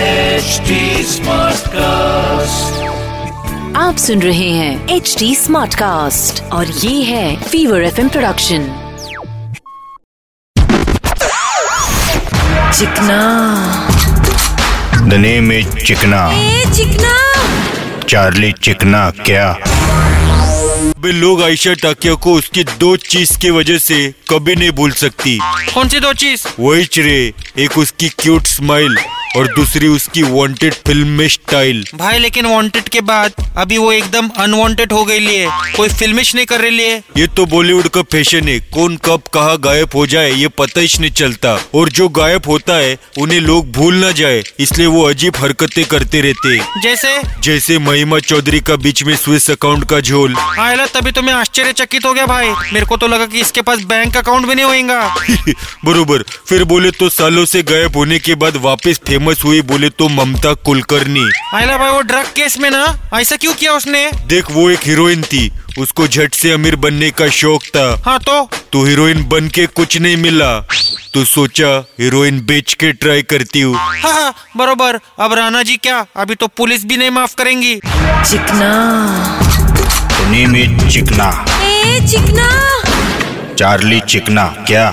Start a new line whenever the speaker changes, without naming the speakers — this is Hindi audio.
HD Smartcast.
आप सुन रहे हैं एच डी स्मार्ट कास्ट और ये है फीवर एफ प्रोडक्शन चिकना
द नेम इज चिकना
ए चिकना
चार्ली चिकना क्या
वे लोग आयशा टाकिया को उसकी दो चीज की वजह से कभी नहीं भूल सकती
कौन सी दो चीज
वही चरे एक उसकी क्यूट स्माइल और दूसरी उसकी वांटेड फिल्म में स्टाइल
भाई लेकिन वांटेड के बाद अभी वो एकदम अनवांटेड हो गई लिए कोई फिल्मिश नहीं कर रही लिए
ये तो बॉलीवुड का फैशन है कौन कब कहाँ गायब हो जाए ये पता ही नहीं चलता और जो गायब होता है उन्हें लोग भूल ना जाए इसलिए वो अजीब हरकतें करते रहते हैं।
जैसे
जैसे महिमा चौधरी का बीच में स्विस अकाउंट का झोल
आयला तभी तो मैं आश्चर्यचकित हो गया भाई मेरे को तो लगा कि इसके पास बैंक अकाउंट भी नहीं होएगा
बरोबर फिर बोले तो सालों से गायब होने के बाद वापस फेमस हुई बोले तो ममता कुलकर्णी
आयला भाई वो ड्रग केस में ना ऐसा क्यों किया उसने
देख वो एक हीरोइन थी उसको झट से अमीर बनने का शौक था
हाँ तो
तो हीरोइन बन के कुछ नहीं मिला तो सोचा हीरोइन बेच के ट्राई करती हूँ
हाँ हाँ बरोबर अब राणा जी क्या अभी तो पुलिस भी नहीं माफ करेंगी
चिकना
द नेम इज चिकना
ए चिकना
चार्ली चिकना क्या